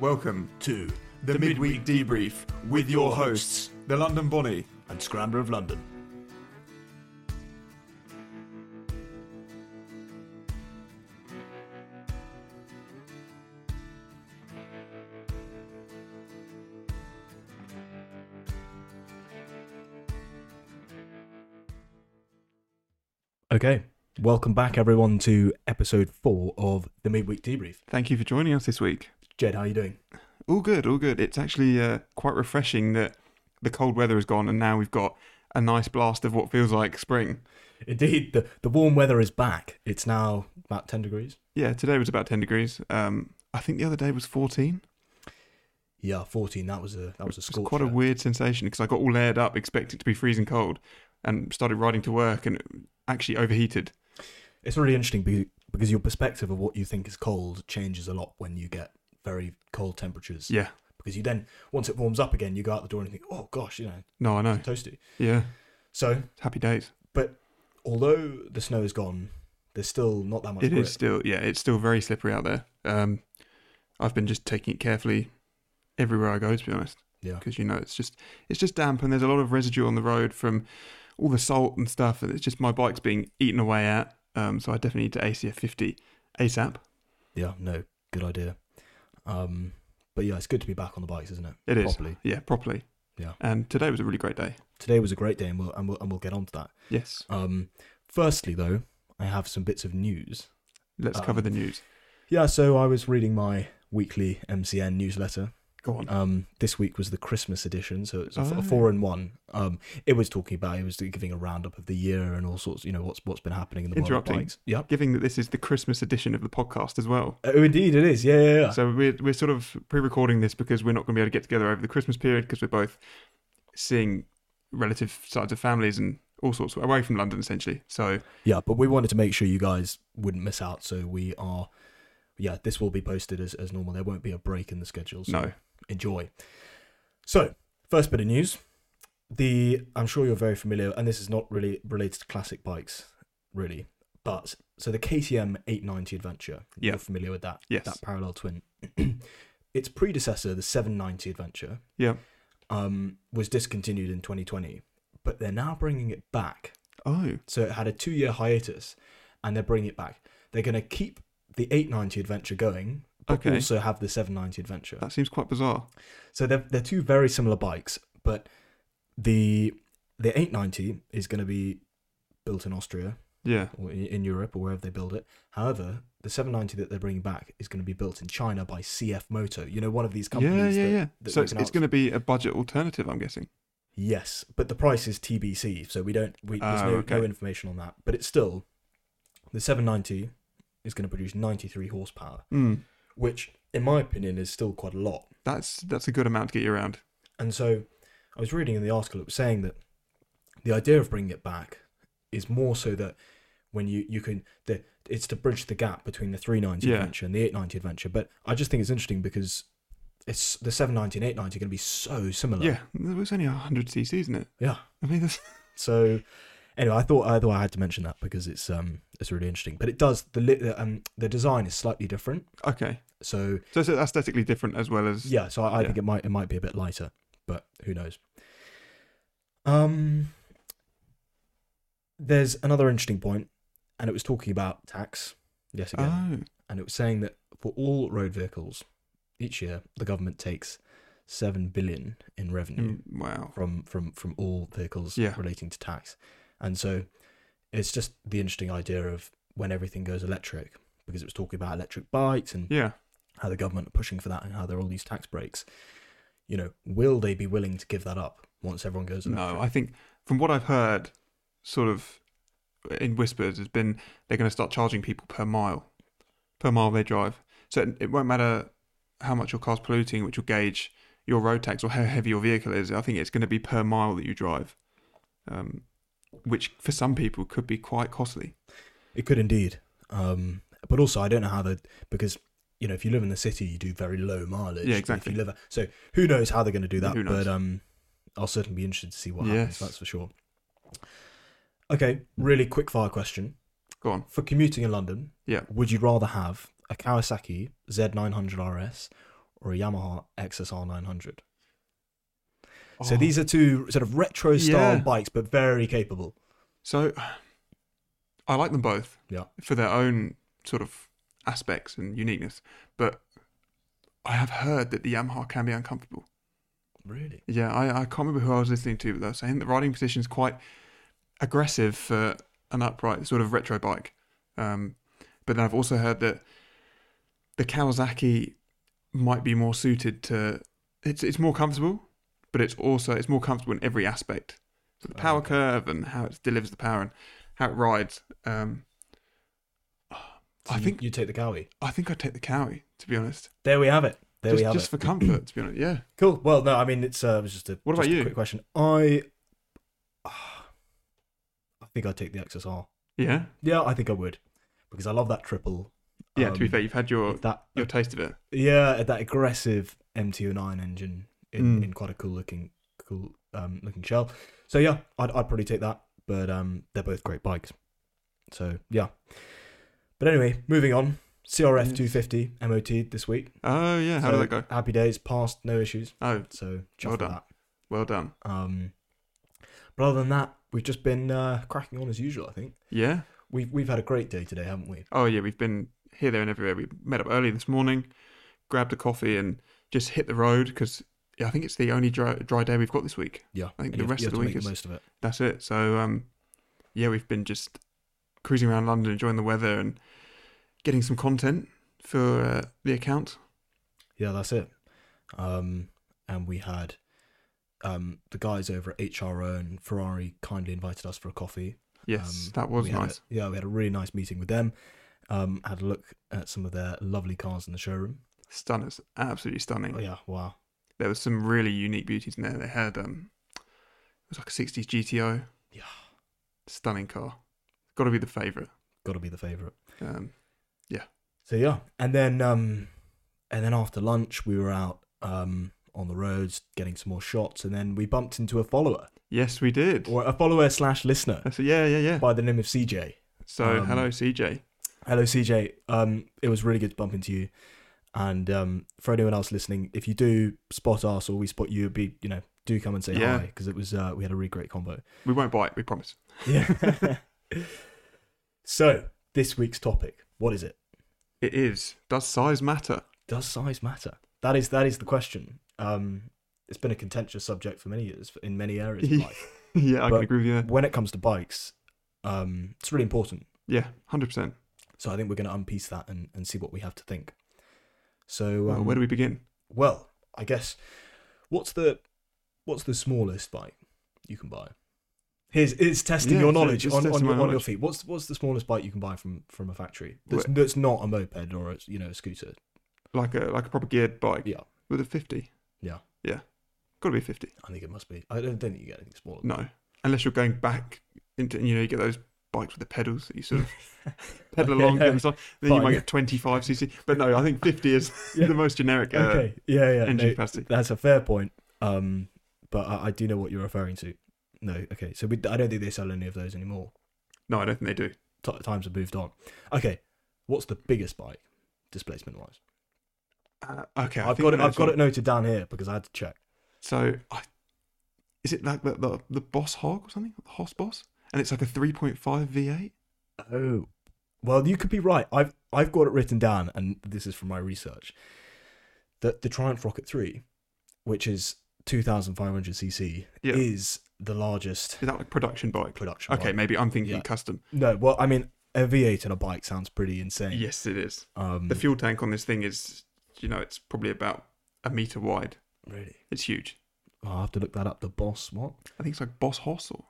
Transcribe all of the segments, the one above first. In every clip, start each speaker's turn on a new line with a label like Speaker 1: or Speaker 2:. Speaker 1: Welcome to the, Midweek Debrief with your hosts, the London Bonnie and Scrambler of London.
Speaker 2: Okay. Welcome back, everyone, to episode four of the Midweek Debrief.
Speaker 3: Thank you for joining us this week.
Speaker 2: Jed, how are you doing?
Speaker 3: All good, all good. It's actually uh, quite refreshing that the cold weather is gone and now we've got a nice blast of what feels like spring.
Speaker 2: Indeed, the, the warm weather is back. It's now about 10 degrees.
Speaker 3: Yeah, today was about 10 degrees. Um, I think the other day was 14.
Speaker 2: Yeah, 14. That was a that was a
Speaker 3: It's
Speaker 2: scorcher.
Speaker 3: quite a weird sensation because I got all layered up, expecting to be freezing cold, and started riding to work and actually overheated.
Speaker 2: It's really interesting be- because your perspective of what you think is cold changes a lot when you get very cold temperatures.
Speaker 3: Yeah.
Speaker 2: Because you then, once it warms up again, you go out the door and think, oh gosh, you know,
Speaker 3: No, I know.
Speaker 2: toasty.
Speaker 3: Yeah.
Speaker 2: So,
Speaker 3: Happy days.
Speaker 2: but although the snow is gone, there's still not that much.
Speaker 3: It
Speaker 2: grip.
Speaker 3: is still, yeah, it's still very slippery out there. Um, I've been just taking it carefully everywhere I go, to be honest.
Speaker 2: Yeah.
Speaker 3: because you know it's just it's just damp and there's a lot of residue on the road from all the salt and stuff and it's just my bike's being eaten away at um, so i definitely need to ac a 50 asap
Speaker 2: Yeah, no, good idea. Um, but yeah, it's good to be back on the bikes, isn't it?
Speaker 3: It is.
Speaker 2: Properly.
Speaker 3: yeah properly
Speaker 2: Yeah.
Speaker 3: and today was a really great day
Speaker 2: Today was a great day, and we'll and we'll, and we'll get on to that.
Speaker 3: yes
Speaker 2: Um, firstly, though, I have some bits of news.
Speaker 3: let's
Speaker 2: Um,
Speaker 3: cover the news
Speaker 2: Yeah, so I was reading my weekly MCN newsletter.
Speaker 3: go on
Speaker 2: Um, this week was the Christmas edition, so it's a, f- a
Speaker 3: Oh.
Speaker 2: four in one. Um, it was talking about it was giving a roundup of the year and all sorts. You know what's what's been happening in the world of
Speaker 3: Interrupting.
Speaker 2: bikes. Yep.
Speaker 3: giving that this is the christmas edition of the podcast as well
Speaker 2: Oh, indeed, it is. Yeah, yeah, yeah.
Speaker 3: so we're, we're sort of pre-recording this because we're not going to be able to get together over the christmas period because we're both seeing relative sides of families and all sorts away from london essentially so
Speaker 2: Yeah, but we wanted to make sure you guys wouldn't miss out, so we are. Yeah, this will be posted as, as normal. There won't be a break in the schedule. So
Speaker 3: no
Speaker 2: enjoy. So, first bit of news. The I'm sure you're very familiar, and this is not really related to classic bikes, really. But so the KTM 890 Adventure,
Speaker 3: Yeah.
Speaker 2: you're familiar with that?
Speaker 3: Yes.
Speaker 2: That parallel twin. its predecessor, the 790 Adventure,
Speaker 3: yeah
Speaker 2: um, was discontinued in 2020, but they're now bringing it back
Speaker 3: oh
Speaker 2: so it had a two year hiatus and they're bringing it back. They're going to keep the 890 adventure going, but
Speaker 3: Okay.
Speaker 2: also have the 790 adventure.
Speaker 3: That seems quite bizarre.
Speaker 2: So they're, they're two very similar bikes, but the the 890 is going to be built in Austria
Speaker 3: Yeah.
Speaker 2: or in- in Europe or wherever they build it. However, the 790 that they're bringing back is going to be built in China by CF Moto, you know, one of these
Speaker 3: yeah,
Speaker 2: companies.
Speaker 3: yeah,
Speaker 2: that,
Speaker 3: yeah.
Speaker 2: that
Speaker 3: So
Speaker 2: we
Speaker 3: it's,
Speaker 2: can
Speaker 3: it's
Speaker 2: out-
Speaker 3: going to be a budget alternative, I'm guessing.
Speaker 2: Yes, but the price is TBC, so we don't. We, there's
Speaker 3: Oh,
Speaker 2: no,
Speaker 3: okay.
Speaker 2: no information on that. But it's still the 790 is going to produce 93 horsepower,
Speaker 3: Mm.
Speaker 2: which, in my opinion, is still quite a lot.
Speaker 3: That's that's a good amount to get you around.
Speaker 2: And so, I was reading in the article it was saying that the idea of bringing it back is more so that when you you can the it's to bridge the gap between the 390
Speaker 3: Yeah.
Speaker 2: adventure and the 890 adventure. But I just think it's interesting because it's the 790 and 890 are going to be so similar.
Speaker 3: Yeah, it was only 100 cc, isn't it?
Speaker 2: Yeah.
Speaker 3: I mean, that's,
Speaker 2: So anyway, I thought I thought I had to mention that because it's um it's really interesting. But it does the li- the, um the design is slightly different.
Speaker 3: okay.
Speaker 2: So
Speaker 3: So it's aesthetically different as well as.
Speaker 2: yeah, so I, I think it might it might be a bit lighter, but who knows? Um, there's another interesting point, and it was talking about tax yet again,
Speaker 3: Oh,
Speaker 2: and it was saying that for all road vehicles, each year the government takes seven billion in revenue.
Speaker 3: mm, wow.
Speaker 2: from from from all vehicles
Speaker 3: Yeah.
Speaker 2: relating to tax and so it's just the interesting idea of when everything goes electric because it was talking about electric bikes and
Speaker 3: Yeah.
Speaker 2: how the government are pushing for that and how there are all these tax breaks you know will they be willing to give that up once everyone goes electric?
Speaker 3: No, I think from what I've heard, sort of uh, in whispers, has been they're going to start charging people per mile, per mile they drive. So it- it won't matter how much your car's polluting, which will gauge your road tax or how heavy your vehicle is. I think it's going to be per mile that you drive, um, which for some people could be quite costly.
Speaker 2: it could indeed um but also i don't know how the because you know if you live in the city you do very low mileage
Speaker 3: Yeah,
Speaker 2: If you
Speaker 3: exactly.
Speaker 2: live- so who knows how they're going to do that
Speaker 3: Who knows?
Speaker 2: but um i'll certainly be interested to see what
Speaker 3: Yes.
Speaker 2: happens that's for sure okay really quick fire question
Speaker 3: Go on.
Speaker 2: for commuting in London,
Speaker 3: Yeah.
Speaker 2: would you rather have a Kawasaki Z900 RS or a Yamaha XSR 900. So these are two sort of retro style
Speaker 3: Yeah.
Speaker 2: bikes, but very capable.
Speaker 3: So I like them both.
Speaker 2: Yeah.
Speaker 3: For their own sort of aspects and uniqueness. But I have heard that the Yamaha can be uncomfortable.
Speaker 2: Really?
Speaker 3: Yeah, I, I can't remember who I was listening to, but they were saying the riding position is quite aggressive for an upright sort of retro bike. Um, but then I've also heard that the Kawasaki might be more suited to it's it's more comfortable, but it's also it's more comfortable in every aspect. So the
Speaker 2: Oh,
Speaker 3: power
Speaker 2: okay.
Speaker 3: curve and how it delivers the power and how it rides. Um,
Speaker 2: So
Speaker 3: I
Speaker 2: you-
Speaker 3: think-
Speaker 2: you take the Cowie.
Speaker 3: I think I'd take the Cowie to be honest,
Speaker 2: There we have it. There
Speaker 3: just
Speaker 2: we have
Speaker 3: just
Speaker 2: it.
Speaker 3: for comfort. To be honest, yeah.
Speaker 2: Cool. Well, no, I mean it's uh, it was just a
Speaker 3: What about
Speaker 2: just a
Speaker 3: you?
Speaker 2: quick question. I, ah, I think I'd take the XSR.
Speaker 3: Yeah,
Speaker 2: Yeah, I think I would because I love that triple.
Speaker 3: yeah. to be
Speaker 2: um, uh,
Speaker 3: fair, you've had your
Speaker 2: that
Speaker 3: your taste of it.
Speaker 2: yeah that aggressive MTU9 engine in,
Speaker 3: Mm.
Speaker 2: in quite a cool looking cool um, looking shell. So yeah, I'd I'd probably take that. But um, they're both great bikes. So yeah. But anyway, moving on. CRF
Speaker 3: Yes.
Speaker 2: 250 MOT this week.
Speaker 3: Oh yeah, Hmm. how
Speaker 2: So
Speaker 3: did that go?
Speaker 2: Happy days, passed, no issues.
Speaker 3: Oh,
Speaker 2: So chuffed
Speaker 3: Well
Speaker 2: with
Speaker 3: done.
Speaker 2: that.
Speaker 3: well done.
Speaker 2: Um, but other than that, we've just been uh, cracking on as usual. I think
Speaker 3: Yeah.
Speaker 2: we've we've had a great day today, haven't we?
Speaker 3: Oh yeah, we've been here, there, and everywhere. We met up early this morning, grabbed a coffee, and just hit the road because yeah, I think it's the only dry, dry day we've got this week.
Speaker 2: Yeah,
Speaker 3: I think
Speaker 2: And
Speaker 3: the
Speaker 2: you
Speaker 3: rest
Speaker 2: you
Speaker 3: of the
Speaker 2: to
Speaker 3: week
Speaker 2: make
Speaker 3: is
Speaker 2: most of it.
Speaker 3: that's it. So um, yeah, we've been just cruising around London, enjoying the weather, and getting some content for uh, the account.
Speaker 2: Yeah, that's it. Um, and we had um, the guys over at HRO and Ferrari kindly invited us for a coffee.
Speaker 3: Yes,
Speaker 2: Um,
Speaker 3: that was
Speaker 2: we had a-
Speaker 3: nice.
Speaker 2: yeah, we had a really nice meeting with them. Um, had a look at some of their lovely cars in the showroom.
Speaker 3: Stunners, absolutely stunning.
Speaker 2: Oh, yeah, wow.
Speaker 3: There was some really unique beauties in there. They had um, it was like a '60s GTO.
Speaker 2: Yeah.
Speaker 3: stunning car. Got to be the favourite.
Speaker 2: Got to be the favorite.
Speaker 3: Um,
Speaker 2: So yeah, and then um, and then after lunch we were out um on the roads getting some more shots, and then we bumped into a follower
Speaker 3: yes, we did.
Speaker 2: or a follower slash listener
Speaker 3: That's yeah, yeah, yeah.
Speaker 2: by the name of CJ.
Speaker 3: So
Speaker 2: Um,
Speaker 3: hello, CJ.
Speaker 2: Hello CJ, um, it was really good to bump into you, and um, for anyone else listening, if you do spot us or we spot you, it'd be you know do come and say hi 'cause
Speaker 3: Yeah.
Speaker 2: hi because it was uh, we had a really great combo.
Speaker 3: We won't bite. We promise.
Speaker 2: Yeah. so this week's topic, what is it?
Speaker 3: It is. Does size matter?
Speaker 2: does size matter? That is that is the question. Um, it's been a contentious subject for many years in many areas of life.
Speaker 3: yeah, I
Speaker 2: But-
Speaker 3: can agree with you. there.
Speaker 2: when it comes to bikes, um, it's really important.
Speaker 3: Yeah, hundred percent.
Speaker 2: So I think we're going to unpiece that and, and see what we have to think. So um,
Speaker 3: Where do we begin?
Speaker 2: well, I guess what's the what's the smallest bike you can buy? Here's it's testing
Speaker 3: Yeah,
Speaker 2: your
Speaker 3: so
Speaker 2: knowledge
Speaker 3: it's
Speaker 2: on, on,
Speaker 3: testing
Speaker 2: your,
Speaker 3: my
Speaker 2: on your
Speaker 3: knowledge.
Speaker 2: feet. What's what's the smallest bike you can buy from from a factory that's, that's not a moped or a you know a scooter?
Speaker 3: Like a like a proper geared bike.
Speaker 2: Yeah.
Speaker 3: With a fifty.
Speaker 2: Yeah.
Speaker 3: Yeah. Got to be a fifty.
Speaker 2: I think it must be. I don't, don't think you get anything smaller. than
Speaker 3: No, unless you're going back into you know you get those bikes with the pedals that you sort of pedal along
Speaker 2: Yeah.
Speaker 3: and stuff. Then you
Speaker 2: Fine.
Speaker 3: might get twenty five cc. But no, I think fifty is
Speaker 2: Yeah.
Speaker 3: the most generic uh,
Speaker 2: Okay. Yeah, yeah.
Speaker 3: engine
Speaker 2: no,
Speaker 3: capacity.
Speaker 2: that's a fair point. Um, but I, I do know what you're referring to. No. Okay. So we, I don't think they sell any of those anymore.
Speaker 3: No, I don't think they do.
Speaker 2: T- times have moved on. Okay. What's the biggest bike, displacement wise?
Speaker 3: Uh, okay, I
Speaker 2: I've
Speaker 3: think
Speaker 2: got
Speaker 3: I
Speaker 2: it.
Speaker 3: know
Speaker 2: I've
Speaker 3: this
Speaker 2: got
Speaker 3: one.
Speaker 2: it noted down here because I had to check.
Speaker 3: So, I, is it like the, the the Boss Hog or something? The Hoss Boss, and it's like a 3.5 V8.
Speaker 2: Oh. Well, you could be right. I've I've got it written down, and this is from my research. That the Triumph Rocket Three, which is 2,500 cc,
Speaker 3: Yeah.
Speaker 2: is the largest
Speaker 3: Is that like production bike?
Speaker 2: production.
Speaker 3: Okay,
Speaker 2: bike.
Speaker 3: maybe I'm thinking
Speaker 2: Yeah.
Speaker 3: custom.
Speaker 2: No, well, I mean, a V8 on a bike sounds pretty insane.
Speaker 3: Yes, it is.
Speaker 2: Um,
Speaker 3: The fuel tank on this thing is, you know, it's probably about a meter wide.
Speaker 2: really?
Speaker 3: It's huge.
Speaker 2: Oh, I'll have to look that up. The boss, what?
Speaker 3: I think it's like Boss Hoss or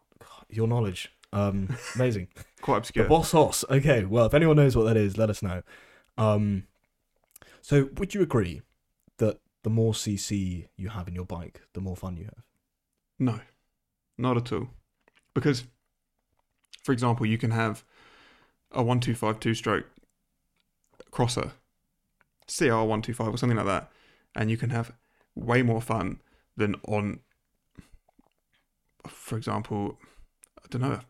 Speaker 2: Your knowledge. Um, amazing.
Speaker 3: quite
Speaker 2: the
Speaker 3: obscure.
Speaker 2: boss horse. Okay, well, if anyone knows what that is, let us know. Um, so, would you agree that the more CC you have in your bike, the more fun you have?
Speaker 3: No, not at all. Because, for example, you can have a 1252 stroke crosser, CR125 or something like that, and you can have way more fun than on, for example, I don't know,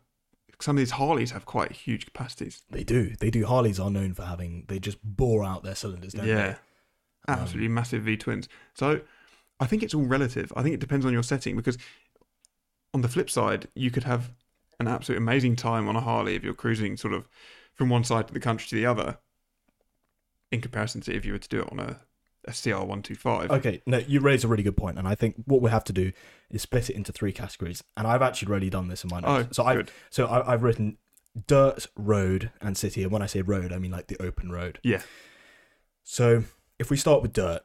Speaker 3: some of these Harleys have quite huge capacities.
Speaker 2: They Um, do. They do. Harleys are known for having. They just bore out their cylinders, don't
Speaker 3: Yeah. Absolutely massive V twins. So I think it's all relative. I think it depends on your setting because on the flip side, you could have an absolute amazing time on a Harley if you're cruising sort of from one side of the country to the other in comparison to if you were to do it on a, a CR125.
Speaker 2: Okay, no, you raise a really good point, and I think what we have to do is split it into three categories. And I've actually already done this in my notes.
Speaker 3: Oh,
Speaker 2: so I
Speaker 3: good.
Speaker 2: so I, I've written dirt, road, and city. And when I say road, I mean like the open road.
Speaker 3: Yeah.
Speaker 2: So if we start with dirt,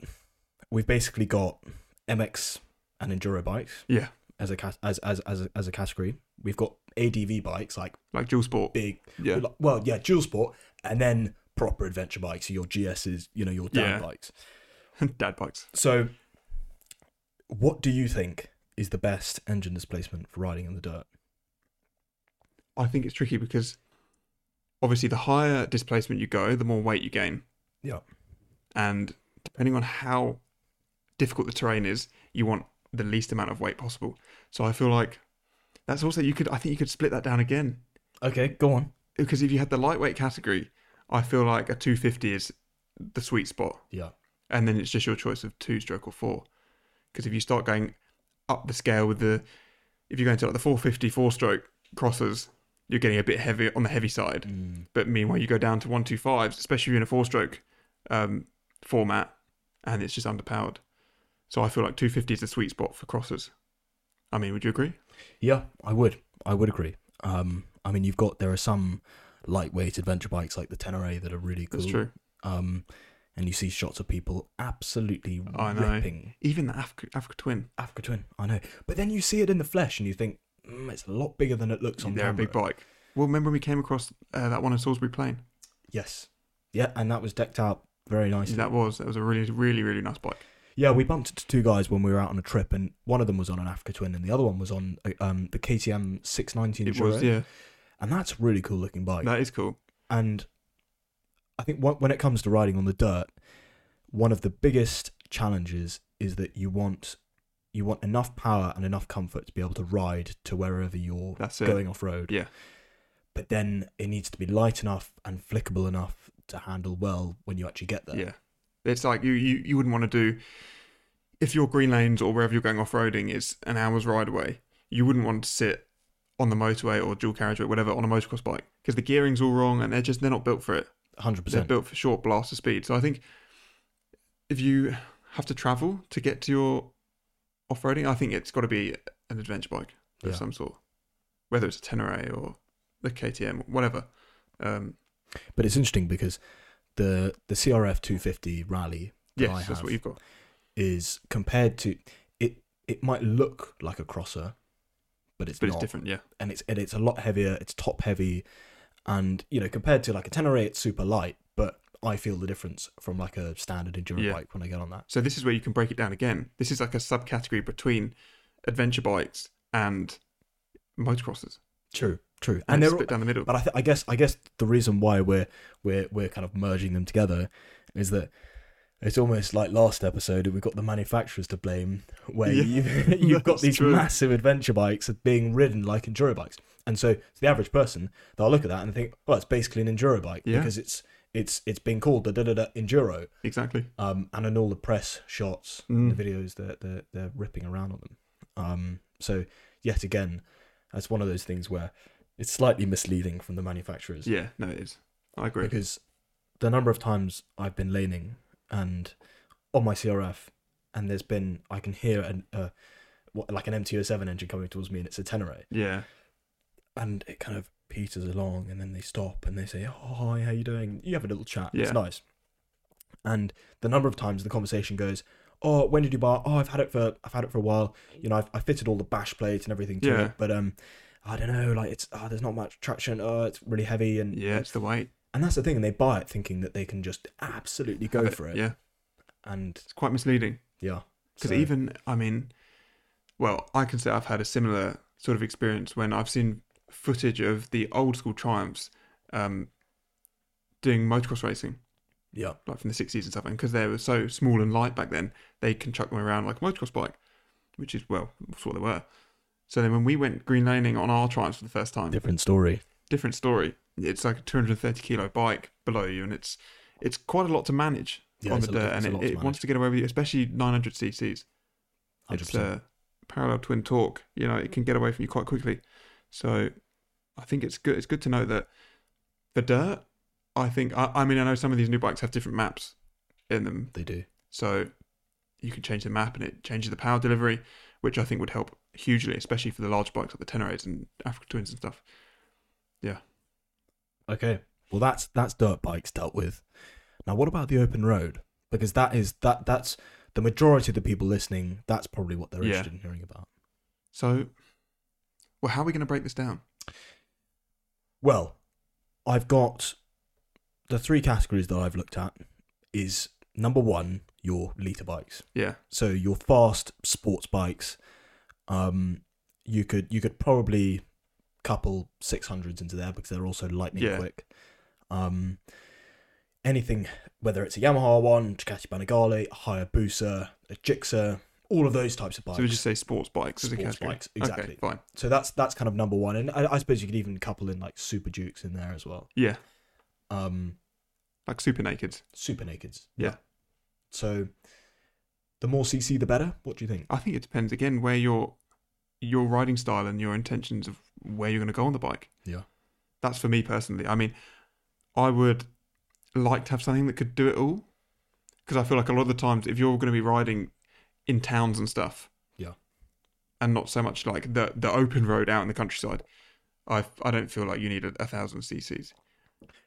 Speaker 2: we've basically got MX and enduro bikes
Speaker 3: Yeah.
Speaker 2: as a cas- as as as a, as a category. We've got ADV bikes like
Speaker 3: Like dual sport.
Speaker 2: big,
Speaker 3: Yeah.
Speaker 2: well, yeah, dual sport, and then proper adventure bikes. Your GSs, you know, your down
Speaker 3: Yeah.
Speaker 2: bikes.
Speaker 3: Dad bikes.
Speaker 2: So, what do you think is the best engine displacement for riding in the dirt?
Speaker 3: I think it's tricky because obviously the higher displacement you go, the more weight you gain.
Speaker 2: Yeah.
Speaker 3: And depending on how difficult the terrain is, you want the least amount of weight possible. So I feel like that's also you could I think you could split that down again.
Speaker 2: Okay, go on.
Speaker 3: Because if you had the lightweight category, I feel like a 250 is the sweet spot.
Speaker 2: Yeah.
Speaker 3: and then it's just your choice of two stroke or four. Because if you start going up the scale with the, if you're going to like the 450 four stroke crossers, you're getting a bit heavy on the heavy side. But meanwhile, you go down to 125s, especially if you're in a four stroke um, format, and it's just underpowered. So I feel like 250 is the sweet spot for crossers. I mean, would you agree?
Speaker 2: Yeah, I would. I would agree. Um, I mean, you've got there are some lightweight adventure bikes like the Tenere that are really cool.
Speaker 3: That's true.
Speaker 2: Um, and you see shots of people absolutely
Speaker 3: I know.
Speaker 2: ripping
Speaker 3: Even the Africa, Africa Twin,
Speaker 2: Africa Twin. I know, but then you see it in the flesh and you think mm, it's a lot bigger than it looks on
Speaker 3: they're a
Speaker 2: camera.
Speaker 3: big bike. Well, remember when we came across uh, that one in Salisbury Plain?
Speaker 2: Yes. Yeah, and that was decked out very nicely.
Speaker 3: That was that was a really, really, really nice bike.
Speaker 2: Yeah, we bumped into two guys when we were out on a trip, and one of them was on an Africa Twin, and the other one was on uh, um, the KTM 690
Speaker 3: It
Speaker 2: Enduro,
Speaker 3: was, yeah.
Speaker 2: and that's a really cool looking bike.
Speaker 3: That is cool.
Speaker 2: And I think wh- when it comes to riding on the dirt, one of the biggest challenges is that you want you want enough power and enough comfort to be able to ride to wherever you're
Speaker 3: That's it.
Speaker 2: going off road.
Speaker 3: Yeah.
Speaker 2: But then it needs to be light enough and flickable enough to handle well when you actually get there.
Speaker 3: Yeah. It's like you, you, you wouldn't want to do, if your green lanes or wherever you're going off roading is an hour's ride away, you wouldn't want to sit on the motorway or dual carriageway, whatever, on a motocross bike because the gearing's all wrong and they're just, they're not built for it.
Speaker 2: Hundred
Speaker 3: They're
Speaker 2: percent.
Speaker 3: built for short blasts of speed. So I think if you have to travel to get to your off roading, I think it's got to be an adventure bike of
Speaker 2: Yeah.
Speaker 3: some sort, whether it's a Tenere or the KTM, whatever. Um,
Speaker 2: But it's interesting because the the CRF 250 rally that I
Speaker 3: yes,
Speaker 2: have
Speaker 3: that's what you've got.
Speaker 2: is compared to it. It might look like a crosser, but it's
Speaker 3: But
Speaker 2: not,
Speaker 3: it's different, yeah.
Speaker 2: and it's and it's a lot heavier. It's top heavy, and you know compared to like a Tenere, it's super light. But I feel the difference from like a standard enduro
Speaker 3: Yeah.
Speaker 2: bike when I get on that.
Speaker 3: So this is where you can break it down again. This is like a subcategory between adventure bikes and motocrosses.
Speaker 2: True, true,
Speaker 3: And,
Speaker 2: and
Speaker 3: it's
Speaker 2: they're
Speaker 3: split down the middle.
Speaker 2: But I, th- I guess I guess the reason why we're we're we're kind of merging them together is that it's almost like last episode we've got the manufacturers to blame, where
Speaker 3: Yeah,
Speaker 2: you you've got
Speaker 3: that's
Speaker 2: these
Speaker 3: true.
Speaker 2: massive adventure bikes that being ridden like enduro bikes, and so to the average person they'll look at that and think, well, it's basically an enduro bike
Speaker 3: Yeah.
Speaker 2: because it's it's it's been called the da da da enduro,
Speaker 3: Exactly.
Speaker 2: um, and in all the press shots,
Speaker 3: Mm.
Speaker 2: the videos that they're, they're ripping around on them. Um, so yet again, that's one of those things where it's slightly misleading from the manufacturers
Speaker 3: Yeah, no, it is. I agree.
Speaker 2: because the number of times I've been laning and on my CRF, and there's been I can hear an uh, what, like an MTO7 engine coming towards me, and it's a Tenere,
Speaker 3: Yeah,
Speaker 2: and it kind of peters along, and then they stop and they say, "Oh, hi, how you doing?" You have a little chat. It's
Speaker 3: Yeah.
Speaker 2: nice. And the number of times the conversation goes, "Oh, when did you buy? Oh, I've had it for I've had it for a while. You know, I've, I fitted all the bash plates and everything to
Speaker 3: Yeah.
Speaker 2: it, but um." I don't know, like it's oh, there's not much traction. Oh, it's really heavy, and
Speaker 3: yeah, it's the weight.
Speaker 2: and that's the thing, and they buy it thinking that they can just absolutely go
Speaker 3: But,
Speaker 2: for it.
Speaker 3: Uh, Yeah,
Speaker 2: And
Speaker 3: it's quite misleading.
Speaker 2: yeah.
Speaker 3: Because
Speaker 2: so-
Speaker 3: even, I mean, well, I can say I've had a similar sort of experience when I've seen footage of the old school Triumphs um, doing motocross racing.
Speaker 2: Yeah.
Speaker 3: like from the 60s and stuff, and because they were so small and light back then, they can chuck them around like a motocross bike, which is, well, that's what they were. So then when we went green laning on our triumphs for the first time,
Speaker 2: Different story.
Speaker 3: different story. It's like a 230 kilo bike below you, and it's it's quite a lot to manage.
Speaker 2: Yeah,
Speaker 3: on
Speaker 2: it's
Speaker 3: the
Speaker 2: a-
Speaker 3: dirt,
Speaker 2: it's
Speaker 3: and
Speaker 2: a
Speaker 3: it,
Speaker 2: lot to
Speaker 3: it wants
Speaker 2: manage.
Speaker 3: to get away with you, especially 900 cc's. It's
Speaker 2: 100%.
Speaker 3: a parallel twin torque. You know, it can get away from you quite quickly. So, I think it's good. It's good to know that the dirt. I think. I, I mean, I know some of these new bikes have different maps in them,
Speaker 2: They do.
Speaker 3: so you can change the map and it changes the power delivery, which I think would help hugely, especially for the large bikes like the Tenerades and Africa Twins and stuff.
Speaker 2: Okay. Well, that's that's dirt bikes dealt with. Now, what about the open road? Because that is that that's the majority of the people listening. That's probably what they're
Speaker 3: Yeah.
Speaker 2: interested in hearing about.
Speaker 3: So, well, how are we going to break this down?
Speaker 2: Well, I've got the three categories that I've looked at. Is number one your liter bikes,
Speaker 3: Yeah,
Speaker 2: so your fast sports bikes. Um, you could you could probably couple six hundreds into there because they're also lightning
Speaker 3: Yeah.
Speaker 2: quick. Um, anything whether it's a Yamaha one, Ducati Panigale, Hayabusa, a Gixxer, all of those types of bikes.
Speaker 3: so we just say sports bikes as a
Speaker 2: Sports
Speaker 3: category.
Speaker 2: bikes, exactly.
Speaker 3: Okay, fine.
Speaker 2: So that's that's kind of number one, and I, I suppose you could even couple in like Super Dukes in there as well.
Speaker 3: Yeah,
Speaker 2: Um,
Speaker 3: like super naked.
Speaker 2: super nakeds.
Speaker 3: Yeah.
Speaker 2: So the more CC, the better. What do you think?
Speaker 3: I think it depends again where your your riding style and your intentions of where you're going to go on the bike.
Speaker 2: Yeah.
Speaker 3: That's for me personally. I mean, I would like to have something that could do it all because I feel like a lot of the times if you're going to be riding in towns and stuff,
Speaker 2: Yeah.
Speaker 3: and not so much like the the open road out in the countryside, I I don't feel like you need a, a thousand cc's.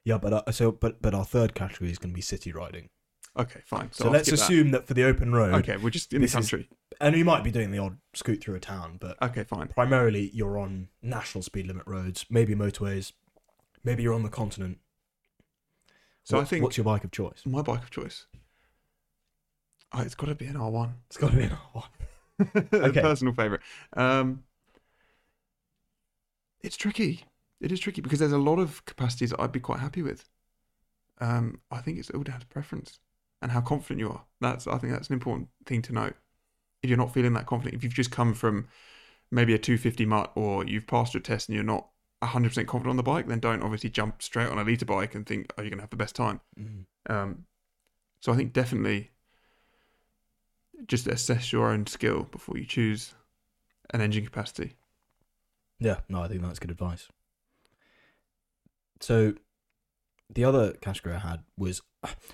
Speaker 2: Yeah, but uh, so but but our third category is going to be city riding.
Speaker 3: Okay, fine. So,
Speaker 2: So,
Speaker 3: I'll
Speaker 2: let's
Speaker 3: skip that.
Speaker 2: assume that. for the open road,
Speaker 3: Okay, we're just in
Speaker 2: This
Speaker 3: the
Speaker 2: is-
Speaker 3: country.
Speaker 2: and you might be doing the odd scoot through a town, but
Speaker 3: Okay, fine.
Speaker 2: primarily you're on national speed limit roads, maybe motorways, maybe you're on the continent.
Speaker 3: So I
Speaker 2: What's-
Speaker 3: think
Speaker 2: what's your bike of choice?
Speaker 3: my bike of choice. Oh, it's got to be an R one.
Speaker 2: It's got to be an R1. Okay.
Speaker 3: personal favorite. Um, it's tricky. It is tricky because there's a lot of capacities that I'd be quite happy with. Um, I think it's all down to preference and how confident you are. That's I think that's an important thing to know. If you're not feeling that confident, if you've just come from maybe a 250 mutt or you've passed your test and you're not 100% confident on the bike, then don't obviously jump straight on a liter bike and think, oh, you're going to have the best time.
Speaker 2: Mm.
Speaker 3: Um, so I think definitely just assess your own skill before you choose an engine capacity.
Speaker 2: Yeah, no, I think that's good advice. So, the other category I had was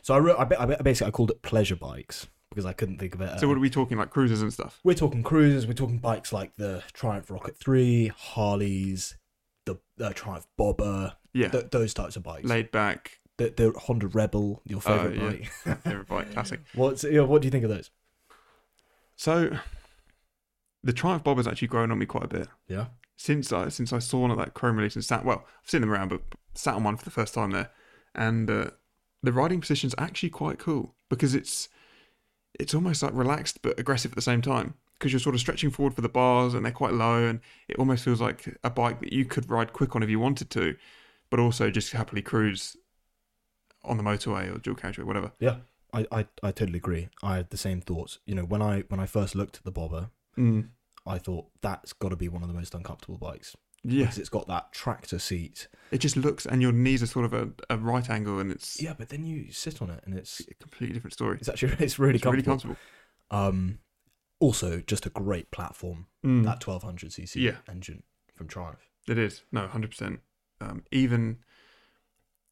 Speaker 2: so I wrote, I, ba- I ba- basically I called it pleasure bikes because I couldn't think of it.
Speaker 3: so what are we talking like cruisers and stuff?
Speaker 2: we're talking cruisers, we're talking bikes like the Triumph Rocket Three, Harleys, the uh, Triumph Bobber,
Speaker 3: Yeah,
Speaker 2: th- those types of bikes.
Speaker 3: laid back
Speaker 2: the, the Honda Rebel, your
Speaker 3: Oh,
Speaker 2: favorite
Speaker 3: yeah.
Speaker 2: bike.
Speaker 3: favorite bike, classic.
Speaker 2: What's yeah, what do you think of those?
Speaker 3: So the Triumph Bob has actually grown on me quite a bit
Speaker 2: Yeah,
Speaker 3: since I since I saw one at that Chrome release and sat. Well, I've seen them around, but sat on one for the first time there, and uh, the riding position's actually quite cool because it's it's almost like relaxed but aggressive at the same time because you're sort of stretching forward for the bars and they're quite low and it almost feels like a bike that you could ride quick on if you wanted to, but also just happily cruise on the motorway or dual carriageway, whatever.
Speaker 2: yeah. I, I, I totally agree. I had the same thoughts. You know, when I when I first looked at the Bobber,
Speaker 3: Mm.
Speaker 2: I thought that's got to be one of the most uncomfortable bikes
Speaker 3: Yeah,
Speaker 2: because it's got that tractor seat.
Speaker 3: it just looks and your knees are sort of a, a right angle and it's
Speaker 2: Yeah, but then you sit on it and it's
Speaker 3: a completely different story.
Speaker 2: it's actually it's really
Speaker 3: It's really
Speaker 2: comfortable.
Speaker 3: comfortable.
Speaker 2: um, also just a great platform
Speaker 3: Mm.
Speaker 2: that 1200cc
Speaker 3: Yeah.
Speaker 2: engine from Triumph.
Speaker 3: It is no, hundred percent. Um, even